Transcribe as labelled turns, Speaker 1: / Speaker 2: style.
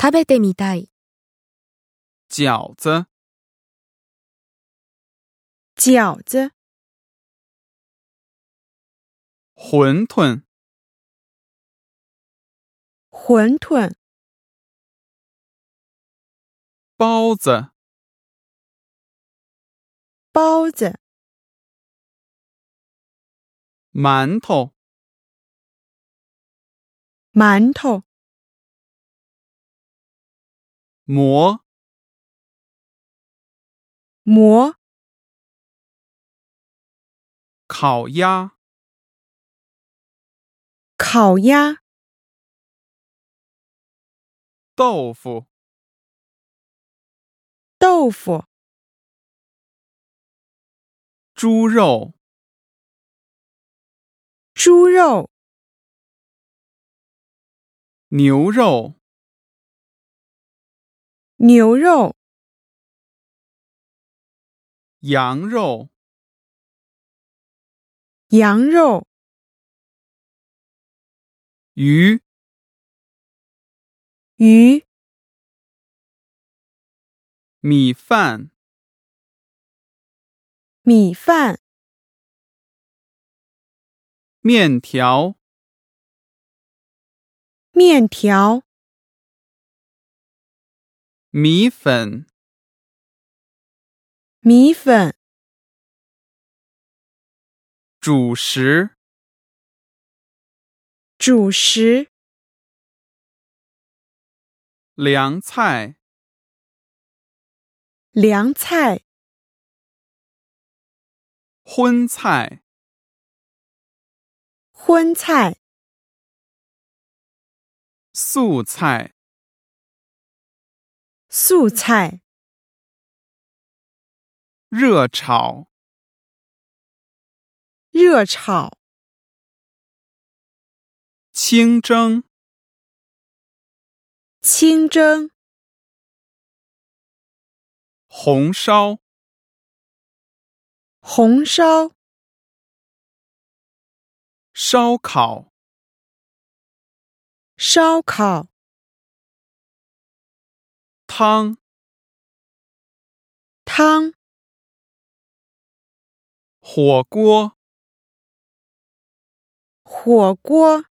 Speaker 1: 食べてみたい、
Speaker 2: 饺子、
Speaker 3: 饺子、
Speaker 2: 馄饨、
Speaker 3: 馄饨、
Speaker 2: 包子、
Speaker 3: 包子、
Speaker 2: 馒头、
Speaker 3: 馒头、
Speaker 2: 馍、
Speaker 3: 馍、
Speaker 2: 烤鸭、
Speaker 3: 烤鸭、
Speaker 2: 豆腐、
Speaker 3: 豆腐、
Speaker 2: 猪肉、
Speaker 3: 猪肉、
Speaker 2: 牛肉、
Speaker 3: 牛肉、
Speaker 2: 羊肉、
Speaker 3: 羊肉、
Speaker 2: 鱼、
Speaker 3: 鱼、
Speaker 2: 米饭、
Speaker 3: 米饭、
Speaker 2: 面条、
Speaker 3: 面条、
Speaker 2: 米粉、
Speaker 3: 米粉、
Speaker 2: 主食、
Speaker 3: 主食、
Speaker 2: 凉菜、
Speaker 3: 凉菜、
Speaker 2: 荤菜、
Speaker 3: 荤菜、
Speaker 2: 素菜、
Speaker 3: 素菜、
Speaker 2: 热炒、
Speaker 3: 热炒、
Speaker 2: 清蒸、
Speaker 3: 清蒸、
Speaker 2: 红烧、
Speaker 3: 红烧、
Speaker 2: 烧烤、
Speaker 3: 烧烤、
Speaker 2: 汤、
Speaker 3: 汤、
Speaker 2: 火锅。
Speaker 3: 火锅。